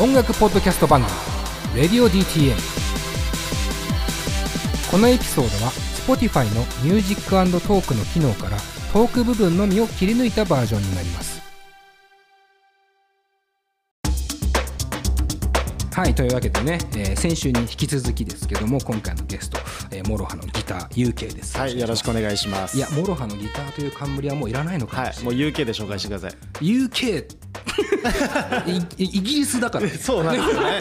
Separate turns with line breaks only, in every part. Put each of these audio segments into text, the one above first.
音楽ポッドキャスト番組「レディオ DTM」このエピソードは Spotify の「ミュージックトーク」の機能からトーク部分のみを切り抜いたバージョンになりますはいというわけでね、えー先週に引き続きですけども今回のゲスト、えー、モロハのギター UK です
はい、よろしくお願いします。
いやモロハのギターという冠はもういらないのかもしれ
は
ない
い、もう UK で紹介してくださ
UK いイ ギリスだから
い。 そうなんですよね。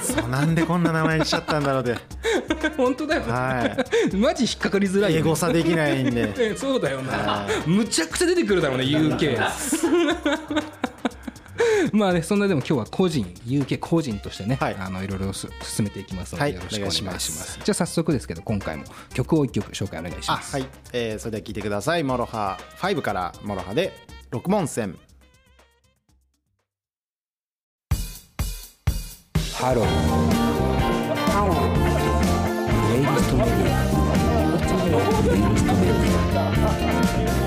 そうなんでこんな名前にしちゃったんだろうで、
本当だよ、ね
は
マジ引っかかりづら
い、
い
英
よね
語差できないんで。
えそうだよなむちゃくちゃ出てくるだろうね UK まあねそんなでも今日は個人 UK 個人としてね、
はい
あのいろいろす進めていきますので、
はい
よろしくお願いしま
お願い
す
します
じゃあ早速ですけど今回も曲を一曲紹介お願いし
あ、
ます
はい、えー、それでは聞いてください。モロハ5からモロハで六問線。
ハロー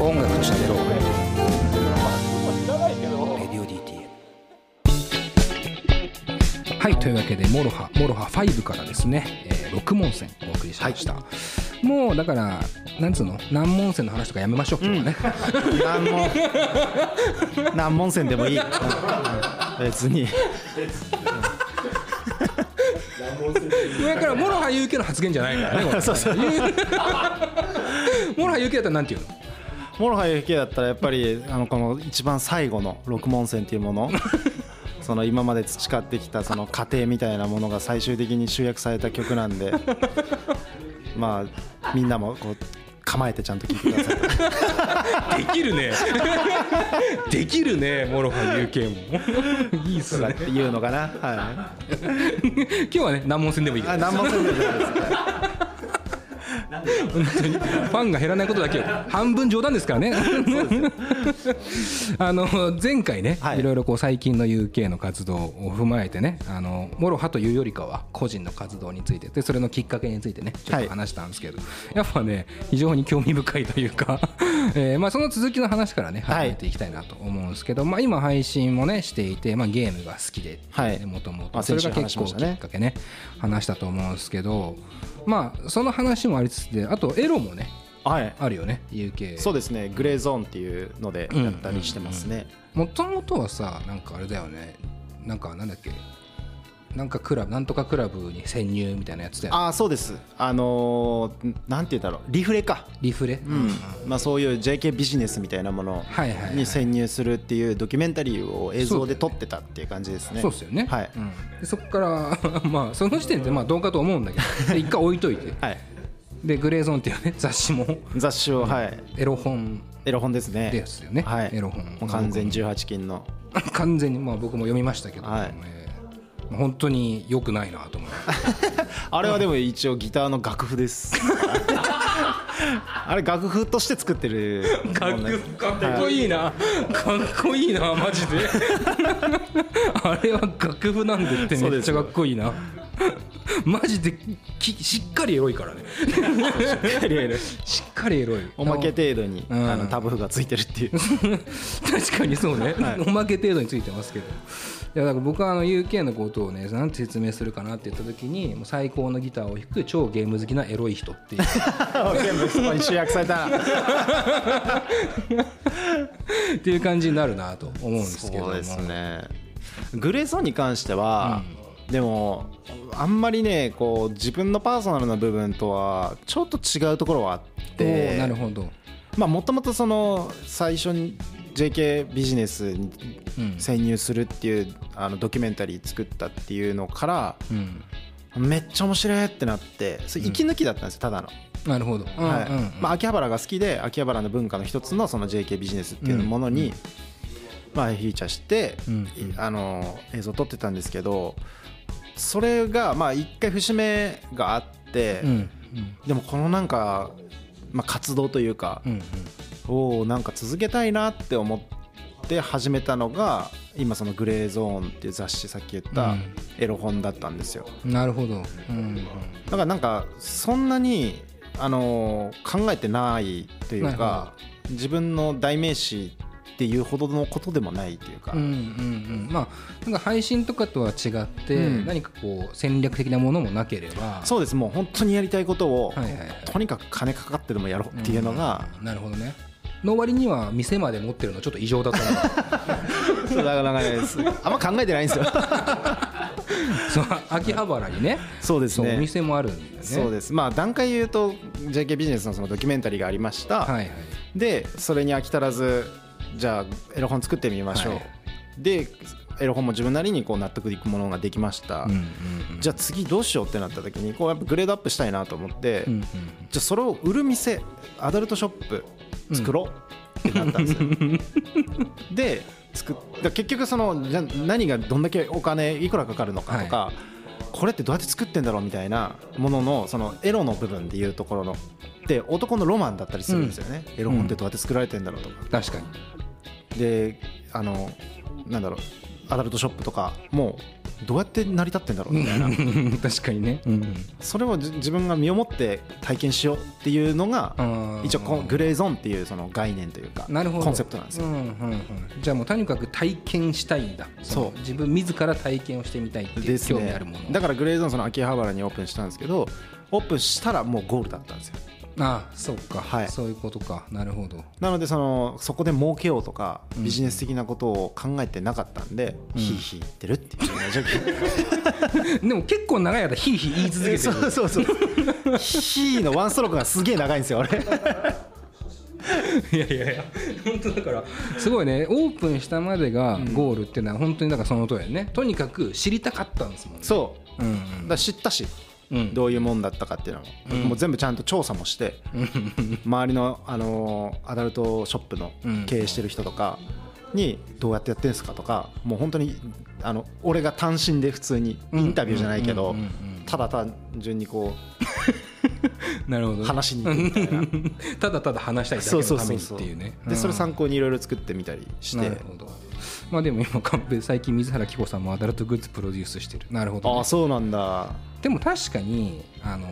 音楽と喋ろうはいというわけでモロハモロハ5からですね、えー、6問線お送りしました、もうだからなんつうの何問線の話とかやめましょう今日はね、
何問 何問線で もいい。うん別に。
だからモロハ UK の発言じゃないからねこれ
そうそう
モロハ UK だったらなんて言うの
モロハ UK だったらやっぱりあのこの一番最後の六問線っていうものその今まで培ってきたその過程みたいなものが最終的に集約された曲なんでまあみんなもこう構えてちゃんと聴いてください
できるね できるねモロハ UK もいいっす
とか
ね
っていうのかな、は
今日はね難問戦でもいい
い、
け
あ
ど
何問線でもいいですか
本当にファンが減らないことだけよ半分冗談ですからねあの前回ね、、
はいい
ろいろこう最近の UK の活動を踏まえてねあのモロハというよりかは個人の活動についてでそれのきっかけについてねちょっ
はい
と話したんですけど、やっぱね非常に興味深いというか、 えーまあ、その続きの話からね
は
始
い
めていきたいなと思うんですけど、まあ、今配信もねしていて、まあ、ゲームが好きで
はい
もともと
まあ
それが
先週
結
話し
構
ま
き
したね
っかけね話したと思うんですけどまあその話もありつつであとエロもね
はい
あるよね UK
そうですねグレーゾーンっていうのでやったりしてますね、
もともとはさなんかあれだよねなんかなんだっけなんかクラブなんとかクラブに潜入みたいなやつだよね
ああそうですあのーなんて言うんだろうリフレか
リフレ、
うんまあ、そういう JK ビジネスみたいなもの
はいはいはい
に潜入するっていうドキュメンタリーを映像で撮ってたっていう感じですね。
そうですよね、
はい
うんでそこから まあその時点でまあどうかと思うんだけ どで一回置いといて
はい、
でグレーゾーンっていうね雑誌も
雑誌を、はい、
エロ本
エロ本ですね。
ですよね
はい、
エロ本
もう完全18禁の。
完全にまあ僕も読みましたけど、
はい
えー本当に良くないなと思う
あれはでも一応ギターの楽譜 です。あれ楽譜として作ってるもんね。
かっこいいなかっこいいなマジであれは楽譜なんでって
そう
めっ
で
ち
す
ゃ
よ
かっこいいなマジできしっかりエロいからねしっかりエロい
おまけ程度に、
ん
あのタブ譜がついてるっていう。
確かにそうね、おまけ程度についてますけどいやだから僕はあの UK のことをねなんて説明するかなって言った時にもう最高のギターを弾く超ゲーム好きなエロい人っていう
全部そこに集約された。
っていう感じになるなと思うんですけども
そうですねグレーゾーンに関しては、でもあんまりねこう自分のパーソナルな部分とはちょっと違うところはあっ
おー
て
なるほど
まあもともとその最初に JK ビジネスに
うん
潜入するっていう、あのドキュメンタリー作ったっていうのから
うん
めっちゃ面白いってなってそれ息抜きだったんですよただの。
なるほど、うん
はい
うんうん
まあ、秋葉原が好きで秋葉原の文化の一つのその JK ビジネスっていうもの
うんう
に
ん、
まあ、フィーチャーして、
うん
いあの映像を撮ってたんですけどそれがまあ一回節目があって、
うんうん
でもこのなんか、まあ、活動というか
う、ん
をなんか続けたいなって思って始めたのが今その「グレーゾーン」っていう雑誌さっき言っ
う
た
ん
エロ本だったんですよ。
うんなるほど、うん
だからなんかそんなにあのー考えてないという
なるほ
か自分の代名詞っていうほどのことでもないっていうか、
うんうんうんまあなんか配信とかとは違って、
うん
何かこう戦略的なものもなければ
そうですもう本当にやりたいことを、
はいはいはい
とにかく金かかってでもやろうっていうのが、
うんなるほどねの割には店まで持ってるのちょっと異常だと思 う
そうだからなんかねすあんま考えてないん ですよ
そう秋葉原にね
そうです
そうお
ね
店もあるんだよね
そうですまあ段階言うと JK ビジネスのそのドキュメンタリーがありました、
はいはい
でそれに飽き足らずじゃあエロ本作ってみましょう、
はい
でエロ本も自分なりにこう納得いくものができました、
うんうんうん
じゃあ次どうしようってなった時にこうやっぱグレードアップしたいなと思って、
うんうん
じゃあそれを売る店アダルトショップ作ろうってなったんですよ、で作っだから結局そのじゃ何がどんだけお金いくらかかるのかとか、これってどうやって作ってんだろうみたいなもののそのエロの部分でいうところので男のロマンだったりするんですよね、エロ本ってどうやって作られてんだろうとか、
確かに
であのなんだろうアダルトショップとかもうどうやって成り立ってんだろうみたいな
確かにね、うん
それをじ自分が身をもって体験しようっていうのが
うん、
一応こうグレーゾーンっていうその概念というか
なるほど
コンセプトなんですよ、
うんうんうん、じゃあもうとにかく体験したいんだの
そう
自分自ら体験をしてみたいっていう
です
興味
ね
あるもの
だからグレーゾーンその秋葉原にオープンしたんですけどオープンしたらもうゴールだったんですよ
ああそうか、
はい
そういうことかなるほど
なのでそのそこで儲けようとか
うん
ビジネス的なことを考えてなかったんで、
うん
ヒーヒー言ってるっていうような 状況
でも結構長い間ヒーヒー言い続けてる
そうそう そうヒーのワンストロークがすげえ長いんですよあれ
いやいやいや本当だからすごいねオープンしたまでがゴールっていうのは本当にだからその通りだよねとにかく知りたかったんですもんね
そう
うんうん
だから知ったし
うん
どういうもんだったかっていうのも,、
うん
もう全部ちゃんと調査もして周りの、あのーアダルトショップの
うん
経営してる人とかにどうやってやってるんですかとかもう本当にあの俺が単身で普通にインタビューじゃないけ
う
ど
んうんうんうん
ただ単純にこ
なるほど
う
ね
話しに行くみたいな
ただただ話したいだけ
そうそ
の
う
た
そ
め
う
にっ
そう
ていうね
でそれ
さ
参考にいろいろ作ってみたりし
な
て
るほどまあでも今カンペ最近水原希子さんもアダルトグッズプロデュースしてるなるほどね、
ああそうなんだ
でも確かにあの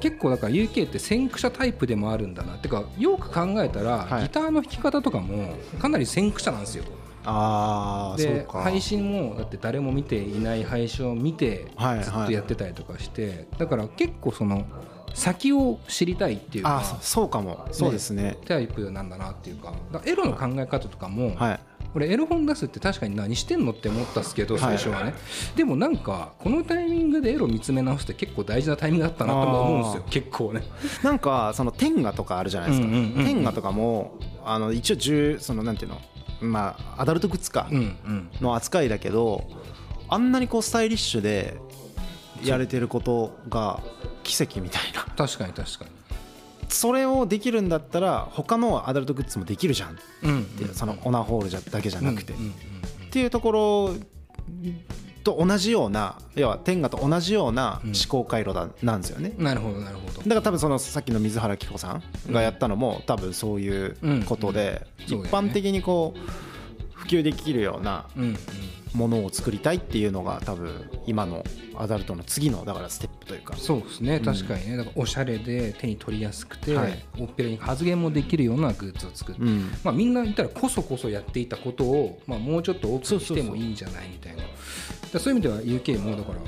結構だから UK って先駆者タイプでもあるんだなってかよく考えたら、
はい
ギターの弾き方とかもかなり先駆者なんですよ
ああそう
で
か
配信もだって誰も見ていない配信を見て
はいはい
ずっとやってたりとかして、だから結構その先を知りたいっていう
あ
か
あそそうかもそうですね
タイプなんだなっていうかだからエロの考え方とかも、
はい
俺エロ本出すって確かに何してんのって思ったっすけど
はい
最初はね、でもなんかこのタイミングでエロ見つめ直すって結構大事なタイミングだったなとも思うんですよ
あー
結構ね
なんかその天下とかあるじゃないですか、
うんうんうんうん
天下とかもあの一応10そのなんていうのまあアダルトグッズか
うんうん
の扱いだけどあんなにこうスタイリッシュでやれてることが奇跡みたいな
確かに確か
それをできるんだったら他のアダルトグッズもできるじゃんっ
にうん
てそのオナホールじゃだけじゃなくて、
うんうんうん
っていうところと同じような要は天下と同じような思考回路だ、なんですよね
うんなるほどなるほど
だから多分そのさっきの水原希子さんがやったのも多分そういうことで
うん
一
うん
般的にこう普及できるような
うんうん
ものを作りたいっていうのが多分今のアダルトの次のだからステップというか
そうですね確かにねだからおしゃれで手に取りやすくて、
はい
オペラに発言もできるようなグッズを作って、
うん
まあ、みんな言ったらこそこそやっていたことを、まあ、もうちょっと多く
そう
し
そうそう
てもいいんじゃないみたいなだからそういう意味では UK もだから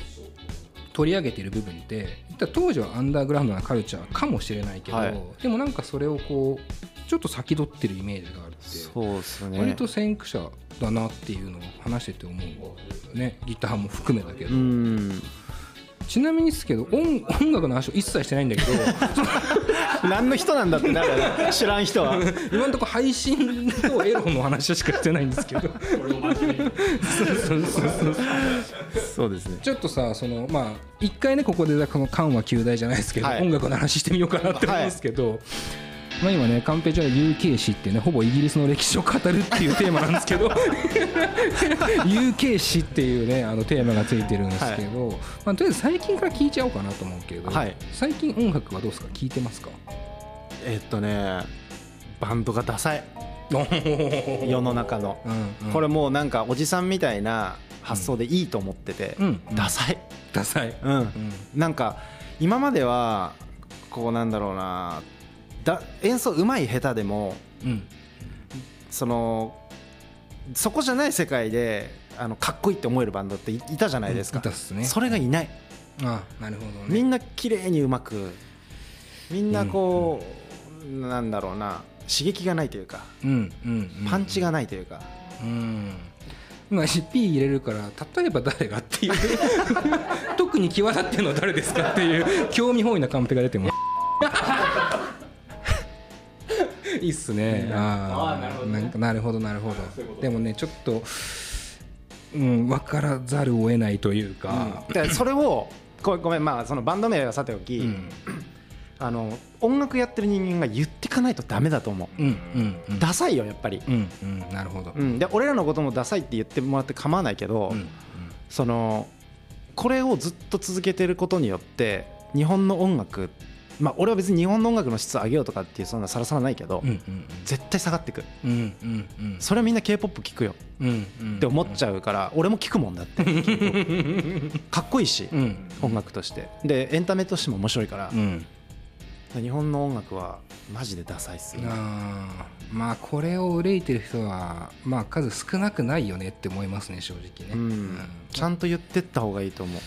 取り上げている部分って言ったら当時はアンダーグラウンドなカルチャーかもしれないけど、
はい
でもなんかそれをこうちょっと先取ってるイメージがあるって
うです
割と先駆者だなっていうのを話してて思うねギターも含めだけど、
うん
ちなみにですけど音音楽の話を一切してないん だけど
何の人なんだってなるよね知らん人 は
今のところ配信とエロの話しかしてないんですけど そうそうそうそう
そうですね
ちょっとさそのまあ一回ねここでこの「緩和旧大」じゃないですけど、
はい
音楽の話してみようかなって思うんですけど、まあ、今ねカンペちゃんは UK 史ってねほぼイギリスの歴史を語るっていうテーマなんですけど UK 史っていうねあのテーマがついてるんですけど、まあ、とりあえず最近から聞いちゃおうかなと思うけど、
はい
最近音楽はどうですか聞いてますか
えっとねバンドがダサい世
世
の中の
うんうん、
こ
れ
れもうなんかおじさんみたいな発想でいいと思ってて
うんうん
ダサい
ダサい、
うん
うん
なんか今まではこうなんだろうなだ演奏うまい下手でも
うん
そのそこじゃない世界であのかっこいいって思えるバンドっていいたじゃないですか、
いたっすね
それがいない
あなるほどね
みんな綺麗にうまくみんなこう、なんだろうな刺激がないというか
うんうんうん
パンチがないというか、
うん今 P 入れるから例えば誰がっていう 特に際立ってるのは誰ですかっていう興味本位なカンペが出てもいいっすね、ああなるほど、なんかなるほどなるほどでもねちょっとうん分からざるを得ないというか、
でそれをごごめんまあそのバンド名はさておき、
うん、
あの音楽やってる人間が言ってかないとダメだと思う、
うんうんうん
ダサいよやっぱり、
うんうんなるほど、
うん、で俺らのこともダサいって言ってもらって構わないけど、
うんうん
そのこれをずっと続けてることによって日本の音楽まあ俺は別に日本の音楽の質を上げようとかっていうそんなさらさらないけど、
うんうん
絶対下がってく
うんうんうんうん
それはみんな k p o p 聞くよ
うんうん
って思っちゃうから、俺も聞くもんだって K-POP かっこいいし、
うん
音楽としてでエンタメとしても面白いから
う、ん
日本の音楽はマジでダサいっすよね
あーまあこれを憂いてる人はまあ数少なくないよねって思いますね正直ね、
うんちゃんと言ってった方がいいと思う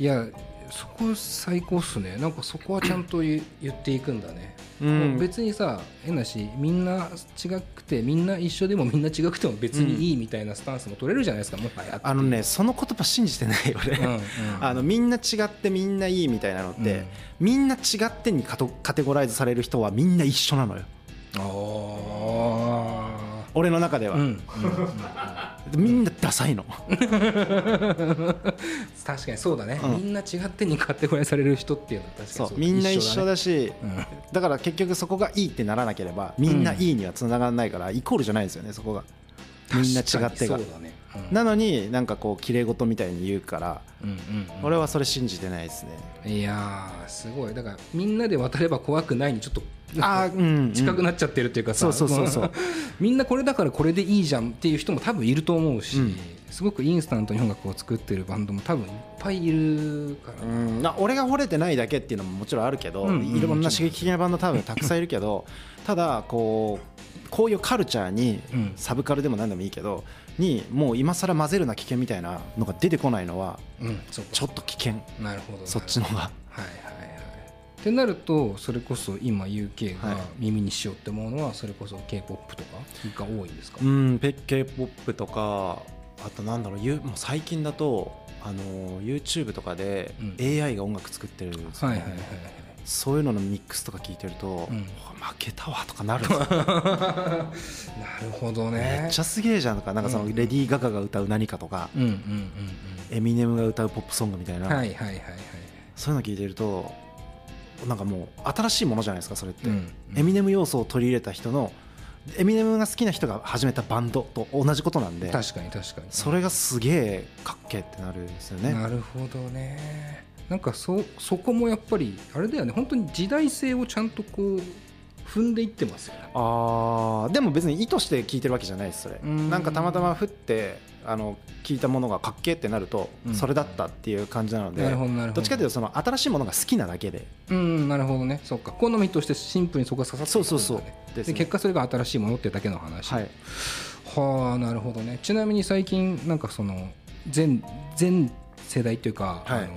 いやそこ最高っすねなんかそこはちゃんと言言っていくんだね、
うん
もう別にさ変だしみんな違くてみんな一緒でもみんな違くても別にいいみたいなスタンスも取れるじゃないですかもはや
あのねその言葉信じてない俺、
うんうん
あのみんな違ってみんないいみたいなのって、
うん
みんな違ってにカトカテゴライズされる人はみんな一緒なのよ
あ
俺の中では、
ーうんうん
みんなダサいの
確かにそうだね、
うん
みんな違ってにカテゴライズされる人っていうのは確かに
そう
だ
みんな一緒だしだ,、
ね
から結局そこがいいってならなければみんないいにはつながらないから、イコールじゃないんですよねそこが みんな違ってが
確かにそうだね、うん
なのになんかこう綺麗事みたいに言うから、
うんうんうん
俺はそれ信じてないですね
いやーすごいだからみんなで渡れば怖くないにちょっと
あーうんうん
近くなっちゃってるっていうかさ、
そうそうそうそう
みんなこれだからこれでいいじゃんっていう人も多分いると思うし、
うん
すごくインスタントに音楽を作ってるバンドも多分いっぱいいるから、
うん、な俺が惚れてないだけっていうのももちろんあるけど、
うんうん
いろんな刺激的なバンド多分たくさんいるけどただこうこういうカルチャーに、
うん
サブカルでも何でもいいけどにもう今更混ぜるな危険みたいなのが出てこないのは
うん、そう
ちょっと危険
なるほど
そっちの方が
はいはいはいってなるとそれこそ今 UK が
はい
耳にしようって思うのはそれこそ k p o p とかが多いんですか、
うんペッケーポップとかあとなんだろうゆもう最近だとあの YouTube とかで
うん
AI が音楽作ってるんですよ
はい
ね
はいはいはい
そういうののミックスとか聞いてると、
うん
うわ負けたわとかなるんですよ
なるほどね
めっちゃすげえじゃんとかなんかそのレディー・ガガが歌う何かとか、
うんうんうん
エミネムが歌うポップソングみたいな、
うんはいはいはいはい
そういうの聞いてるとなんかもう新しいものじゃないですかそれって、
うんうん
エミネム要素を取り入れた人のエミネムが好きな人が始めたバンドと同じことなんで
確かに確かに
それがすげえかっけえってなるんですよね
なるほどねなんかそそこもやっぱりあれだよね本当に時代性をちゃんとこう踏んでいってますよね
あーでも別に意図して聞いてるわけじゃないですそれ
うん
なんかたまたま降ってあの聞いたものがかっけえってなると
うん
それだったっていう感じなので、
なるほどなるほど
どっちかというとその新しいものが好きなだけで
うんなるほどねそうか好みとしてシンプルにそこが刺さって
そ
る
うそうそう
で
ですね
結果それが新しいものってだけの話、
はい
はあなるほどねちなみに最近なんかその全全世代というか、
はい
あの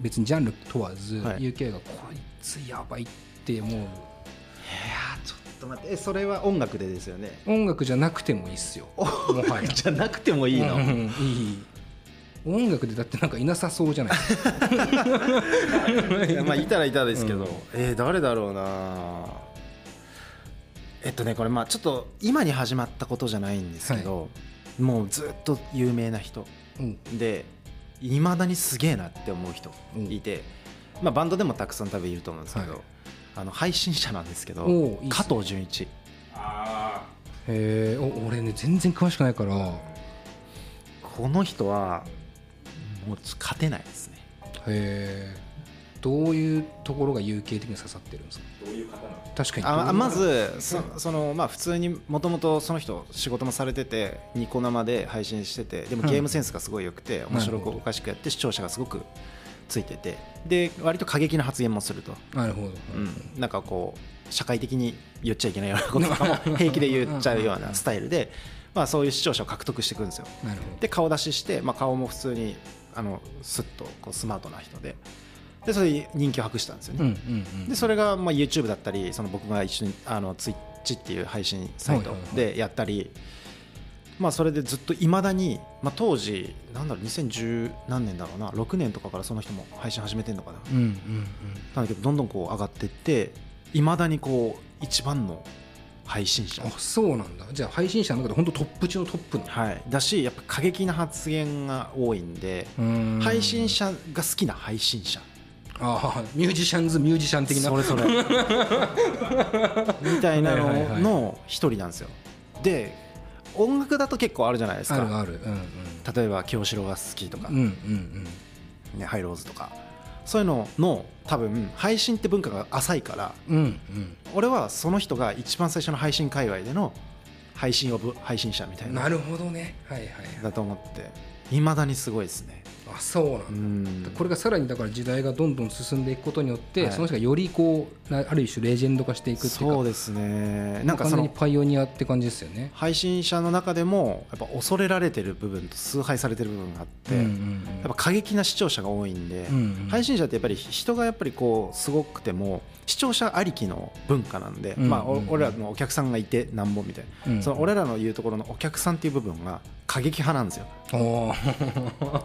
別にジャンル問わず、
はい
UK がこいつやばいって思う
いやーちょっと待ってえそれは音楽でですよね
音楽じゃなくてもいいっすよもはや
じゃなくてもいいの、
うんうんいい音楽でだってなんかいなさそうじゃない ですか
いやまあいたらいたですけど、
うん
えー誰だろうなえっとねこれまあちょっと今に始まったことじゃないんですけど、もうずっと有名な人
うん
でいまだにすげえなって思う人
うん
いて、まあ、バンドでもたくさん多分いると思うんですけど、
はい
あの配信者なんですけど
おーいいっすね
加藤純一
へえお俺ね全然詳しくないからへ
この人はもう勝てないですね
えどういうところが UK 的に刺さってるんですかどういう方確かに
ああまずそそのまあ普通にもともとその人仕事もされててニコ生で配信しててでも
うん
ゲームセンスがすごい良くて面白く
なるほど
おかしくやって視聴者がすごくついててで割と過激な発言もすると、
なるほど、
うん、なんかこう社会的に言っちゃいけないようなこととかも平気で言っちゃうようなスタイルで、まあ、そういう視聴者を獲得していくんですよ
なるほど
で顔出しして、まあ、顔も普通にあのスッとこうスマートな人ででそれで人気を博したんですよ
うん
ね、
うんうん
でそれがまあ YouTube だったりその僕が一緒にあの Twitch っていう配信サイト
はいはい
でやったり、まあ、それでずっといまだに、まあ、当時なんだろう2010何年だろうな6年とかからその人も配信始めてんのかな
うんうん
なんだけどどんどんこう上がってっていまだにこう一番の配信者
うんあそうなんだじゃあ配信者の中で本当トップ中のトップなの
はい、だしやっぱ過激な発言が多いんで、
うーん
配信者が好きな配信者
ああミュージシャンズミュージシャン的な
それそれみたいな
はいはいは
の
い
の一人なんですよで音楽だと結構あるじゃないです
ある
か
あるうんうん
例えば清志郎が好きとか、
うんうん
ね、ハイローズとかそういうのの多分配信って文化が浅いから
うんうんうん
俺はその人が一番最初の配信界隈での配信オブ配信者みたいな
なるほどねはいはいはい
だと思っていまだにすごいですね
あそうなんだ
うん
これがさらにだから時代がどんどん進んでいくことによって、
はい
その人がよりこうなある種レジェンド化していくっていうか
そうですねなんか
完
そ
全に
の
パイオニアって感じですよね。
配信者の中でもやっぱ恐れられてる部分と崇拝されてる部分があって、
うんうんうん
やっぱ過激な視聴者が多いんで、
うんうん
配信者ってやっぱり人がやっぱりこうすごくても視聴者ありきの文化なんで、
うん
まあ、お
うん
俺らのお客さんがいてなんぼみたいな、
うん
その俺らの言うところのお客さんっていう部分が過激派なんですよ
おー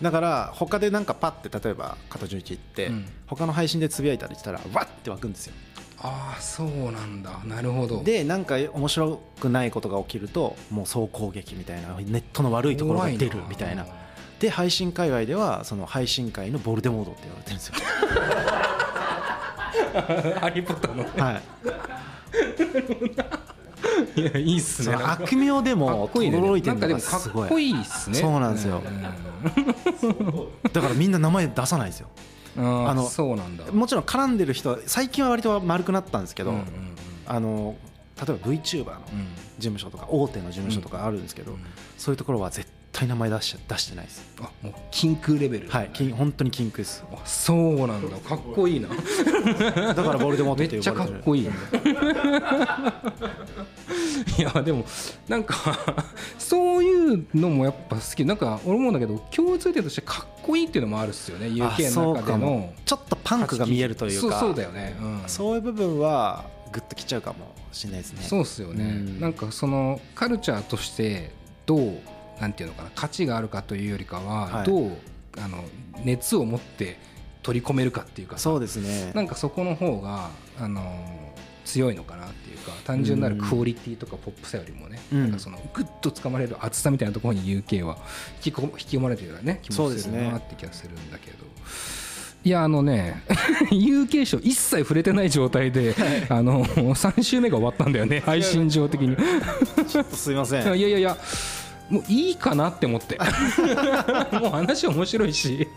だから他でなんかパッて例えば加藤純一行って、
うん
他の配信でつぶやいたりしたらわって湧くんですよ
ああそうなんだなるほど。
でなんか面白くないことが起きるともう総攻撃みたいなネットの悪いところが出るみたいな
怖
で配信界隈ではその配信界のボルデモードって言われてる んですよ
いな。ハリー・ポッターの。
はい
いやいいっす
そ
ね。
の
なんか
悪名で
か
も
っこいいね。
驚いて
な
る
ん
の
かでも
が
か
す
っ
ごい
こいいっすね。
そうなんですよだからみんな名前出さないですよ
うんうんあ
あ
の
の
そうなんだ。
もちろん絡んでる人は最近は割と丸くなったんですけど、
うんうん
あの例えば VTuber の
うんうん
事務所とか大手の事務所とかあるんですけど、
うん
そういうところは絶対名前出し出してないです、
あもう禁句レベル。
はい、きん本当に禁 句です
あそうなんだかっこいいな。
だからボルデモート
め
って
っ
呼
ちゃ
ば
か
れて
っ
る
こ いいいやでもなんかそういうのもやっぱ好きなんか俺思うんだけど共通点としてかっこいいっていうのもあるっすよね UK の
あそう
中
か
での
もちょっとパンクが見えるというか
そうそうだよね、うん、そう
そういう部分はグッときちゃうかもしれないですね
っすよね、
うん
なんかそのカルチャーとしてどうなんていうのかな価値があるかというよりかは、
はい
どうあの熱を持って取り込めるかっていうかさ
そうですね
なんかそこの方が、あのー強いのかなっていうか単純なるクオリティとかポップさよりもね、
うん
なんかそのグッとつかまれる厚さみたいなところに UK は引きこ引き込まれてるようなね気
そ
も
うですす
る
ね
なって気がするんだけど。いやあのね UK 賞一切触れてない状態で、あの3週目が終わったんだよね配信上的にい
ちょっとすいません
やいやいやもういいかなって思って もう話面白いし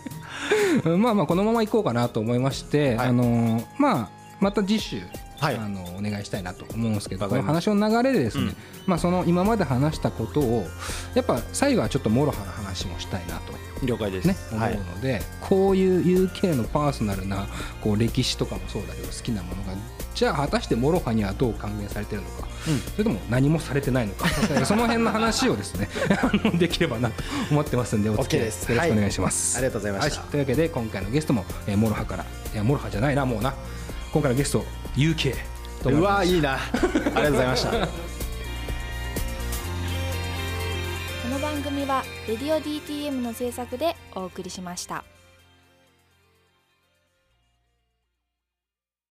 うんまあまあこのまま行こうかなと思いまして、
はい
あのーまあまた次週、
はい
あのお願いしたいなと思うんですけど
わ
こ
か
の
りま
話の流れでですね、
うん
まあその今まで話したことをやっぱ最後はちょっともろはな話もしたいなと
了解です、
ね思
は
う
い
ので、こういう UK のパーソナルなこう歴史とかもそうだけど好きなものがじゃあ果たしてモロハにはどう還元されてるのか、
うん
それとも何もされてないの かその辺の話をですね あのできればなと思ってますんでお付き
OK
合いよろしく
です
お願いします。
はいありがとうございました
というわけで今回のゲストも、えー、モロハからいやモロハじゃないなもうな今回のゲスト UK と思
う
いま
わ
す
いいなありがとうございました
この番組は「レディオ DTM」の制作でお送りしました。